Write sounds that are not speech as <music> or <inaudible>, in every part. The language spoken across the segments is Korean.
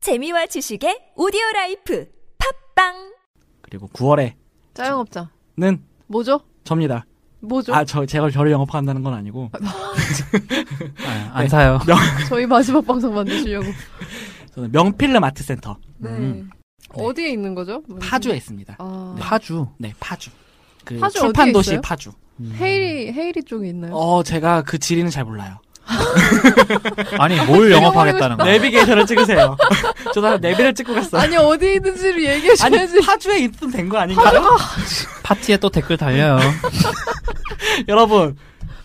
재미와 지식의 오디오 라이프 팝빵 그리고 9월에는 자영업자. 뭐죠? 접니다. 뭐죠? 아, 저, 제가 저를 영업한다는 건 <laughs> 아니고. 네. 아, 안 사요. 저희 마지막 방송 만드시려고. 저는 명필름 아트센터. 네. 음. 어디에 있는 거죠? 뭐지? 파주에 있습니다. 아. 파주. 네, 파주. 그 파주 출판 어디에 도시 있어요? 네. 파주. 헤이리 헤이리 쪽에 있나요? 어, 제가 그 지리는 잘 <laughs> 몰라요. 아니, 뭘 영업하겠다는 거야? 내비게이션을 찍으세요. <laughs> 저도 한 내비를 찍고 갔어요. 아니 어디 있는지를 아니, 얘기해줘야지. 파주에 있으면 된 거 아닌가요? 파티에 또 댓글 달려요. <laughs> 여러분,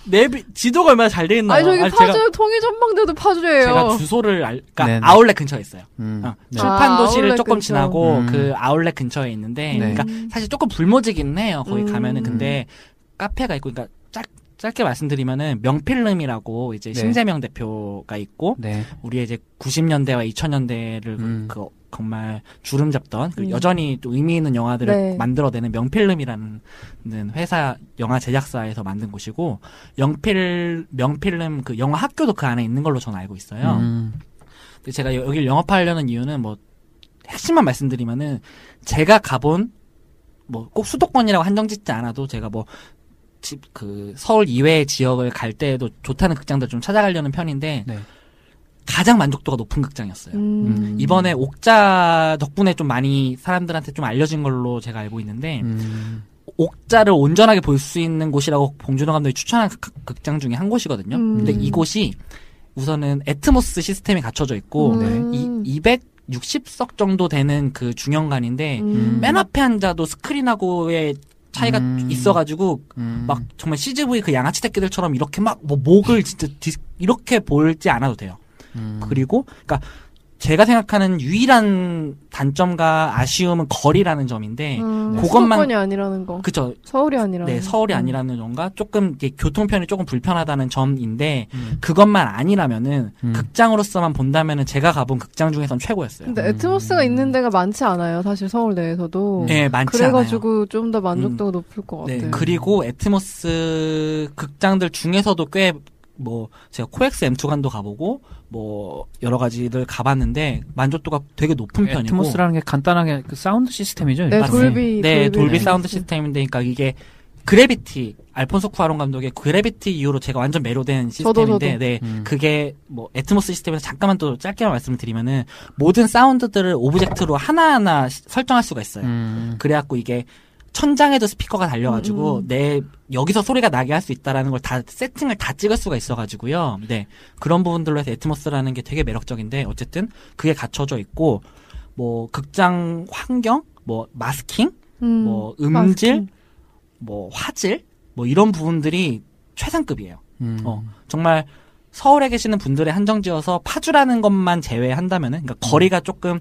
내비, 지도가 얼마나 잘 돼 있나요? 아니 저기 아니, 파주 제가, 통일전망대도 파주예요. 제가 주소를 알, 그러니까 네네. 아울렛 근처에 있어요. 음. 어, 네. 출판 아, 도시를 아울렛 조금 근처. 지나고 음. 그 아울렛 근처에 있는데 네. 그러니까 사실 조금 불모지긴 해요 거기 음. 가면은 근데 카페가 있고 그러니까 짧, 짧게 말씀드리면은 명필름이라고 이제 네. 신재명 대표가 있고 네. 우리의 이제 90년대와 2000년대를 음. 그 정말 주름 잡던 그 음. 여전히 또 의미 있는 영화들을 네. 만들어내는 명필름이라는 회사 영화 제작사에서 만든 곳이고 영필 명필름 그 영화 학교도 그 안에 있는 걸로 저는 알고 있어요. 음. 근데 제가 여- 여길 영업하려는 이유는 뭐 핵심만 말씀드리면은 제가 가본 뭐 꼭 수도권이라고 한정 짓지 않아도 제가 뭐 집 그 서울 이외의 지역을 갈 때에도 좋다는 극장들 좀 찾아가려는 편인데 네. 가장 만족도가 높은 극장이었어요. 음. 이번에 옥자 덕분에 좀 많이 사람들한테 좀 알려진 걸로 제가 알고 있는데 음. 옥자를 온전하게 볼 수 있는 곳이라고 봉준호 감독이 추천한 극- 극장 중에 한 곳이거든요. 음. 근데 이곳이 우선은 애트모스 시스템이 갖춰져 있고 음. 이 260석 정도 되는 그 중형관인데 음. 맨 앞에 앉아도 스크린하고의 차이가 음. 있어가지고 음. 막 정말 CGV 그 양아치 새끼들처럼 이렇게 막 뭐 목을 진짜 뒤- 이렇게 볼지 않아도 돼요. 음. 그리고 그러니까 제가 생각하는 유일한 단점과 아쉬움은 거리라는 점인데 음. 그것만- 수도권이 아니라는 거. 그죠? 서울이 아니라는. 네 서울이 거. 아니라는 점과 조금 이게 교통편이 조금 불편하다는 점인데 음. 그것만 아니라면은 음. 극장으로서만 본다면은 제가 가본 극장 중에선 최고였어요. 근데 애트모스가 있는 데가 많지 않아요. 사실 서울 내에서도. 예, 음. 많지 않아요. 그래가지고 좀 더 만족도가 높을 것 네, 같아요. 그리고 애트모스 극장들 중에서도 꽤 뭐 제가 코엑스 M2관도 가보고 뭐 여러 가지를 가봤는데 만족도가 되게 높은 편이고 에트모스라는 게 간단하게 그 사운드 시스템이죠. 네, 일단은? 맞습니다. 돌비. 네, 돌비 렌즈. 사운드 시스템인데 그러니까 이게 그래비티 알폰소 쿠아론 감독의 그래비티 이후로 제가 완전 매료된 저도, 시스템인데 저도. 네. 음. 그게 뭐 애트모스 시스템에서 잠깐만 또 짧게만 말씀을 드리면은 모든 사운드들을 오브젝트로 하나하나 시- 설정할 수가 있어요. 음. 그래갖고 이게 천장에도 스피커가 달려가지고 음, 음. 내 여기서 소리가 나게 할 수 있다라는 걸 다 세팅을 다 찍을 수가 있어가지고요. 네 그런 부분들로 해서 에트모스라는 게 되게 매력적인데 어쨌든 그게 갖춰져 있고 뭐 극장 환경, 뭐 마스킹, 음. 뭐 음질, 마스킹. 뭐 화질, 뭐 이런 부분들이 최상급이에요. 음. 어 정말 서울에 계시는 분들의 한정지어서 파주라는 것만 제외한다면은 그러니까 음. 거리가 조금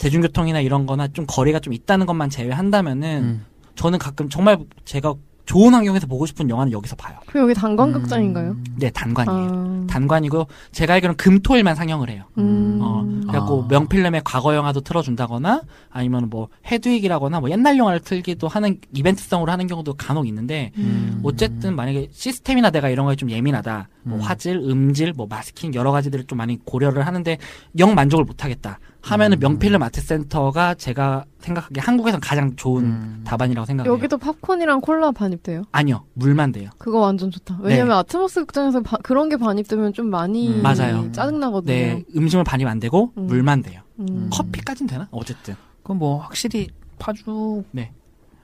대중교통이나 이런거나 좀 거리가 좀 있다는 것만 제외한다면은 음. 저는 가끔 정말 제가 좋은 환경에서 보고 싶은 영화는 여기서 봐요. 그 여기 단광극장인가요? 음. 네, 단관이에요. 아. 단관이고 제가 알기로는 금토일만 상영을 해요. 음. 어, 그래갖고 아. 명필름의 과거 영화도 틀어준다거나 아니면 뭐 헤드윅이라거나 뭐 옛날 영화를 틀기도 하는 이벤트성으로 하는 경우도 간혹 있는데 음. 어쨌든 만약에 시스템이나 내가 이런 거에 좀 예민하다, 뭐 음. 화질, 음질, 뭐 마스킹 여러 가지들을 좀 많이 고려를 하는데 영 만족을 못하겠다 하면은 음. 명필름 아트센터가 제가 생각하기에 한국에선 가장 좋은 음. 답안이라고 생각해요. 여기도 팝콘이랑 콜라 반입돼요. 아니요, 물만 돼요. 그거 완전 좋다. 왜냐면 아트모스 극장에서 바- 그런 게 반입되면 좀 많이 음. 네. 맞아요. 짜증 나거든요. 네, 음식물 반입 안 되고 음. 물만 돼요. 음. 커피까진 되나? 어쨌든 그럼 뭐 확실히 파주 네.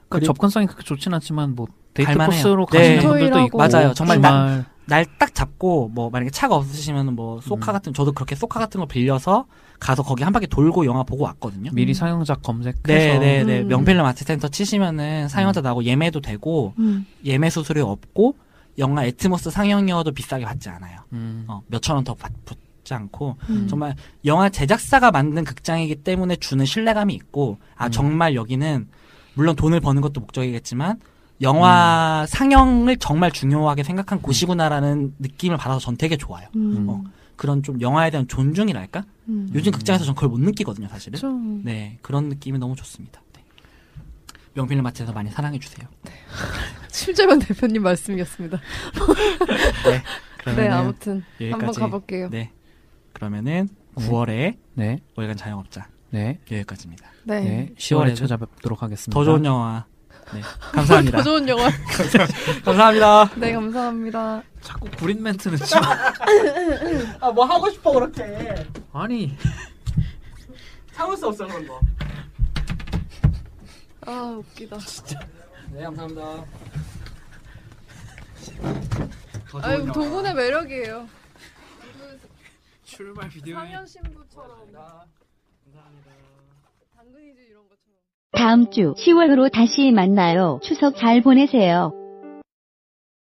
그 그리고- 접근성이 그렇게 좋진 않지만 뭐 데이트 갈만해요. 코스로 네. 가시는 분들도 토요일하고 있고 맞아요. 정말 주말 날 딱 잡고 뭐 만약에 차가 없으시면 뭐 음. 소카 같은 저도 그렇게 소카 같은 거 빌려서 가서 거기 한 바퀴 돌고 영화 보고 왔거든요. 미리 상영작 검색해서 음. 음. 네네네 음. 명필름 아트센터 치시면은 상영자 나고 예매도 되고 음. 예매 수수료 없고 영화 애트모스 상영료도 비싸게 받지 않아요. 음. 어, 몇천 원 더 받지 않고 음. 정말 영화 제작사가 만든 극장이기 때문에 주는 신뢰감이 있고 아 음. 정말 여기는 물론 돈을 버는 것도 목적이겠지만 영화 음. 상영을 정말 중요하게 생각한 곳이구나라는 느낌을 받아서 전 되게 좋아요. 음. 어, 그런 좀 영화에 대한 존중이랄까? 음. 요즘 극장에서 전 그걸 못 느끼거든요, 사실은. 좀 네, 그런 느낌이 너무 좋습니다. 네. 명필름 마트에서 많이 사랑해 주세요. 심재만 대표님 말씀이었습니다. 네. 네, 아무튼 여기까지. 한번 가볼게요. 네. 그러면은 네. 9월에 네, 월간 자영업자 네, 여기까지입니다. 네. 네. 10월에 네. 찾아뵙도록 하겠습니다. 더 좋은 영화. 네, 감사합니다. 음. 더 좋은 영화. <laughs> 감사합니다. 네, 감사합니다. 자꾸 구린 멘트는 치마. 아, 뭐 하고 싶어, 그렇게. 아니, 참을 수 없어, 그런 거. 아, 웃기다. 네, 감사합니다. 더 아, 이거 도군의 매력이에요. 출발 비디오. 상현 신부처럼 감사합니다. 당근이즈 이런 것처럼. 다음 주 10월으로 다시 만나요. 추석 잘 보내세요.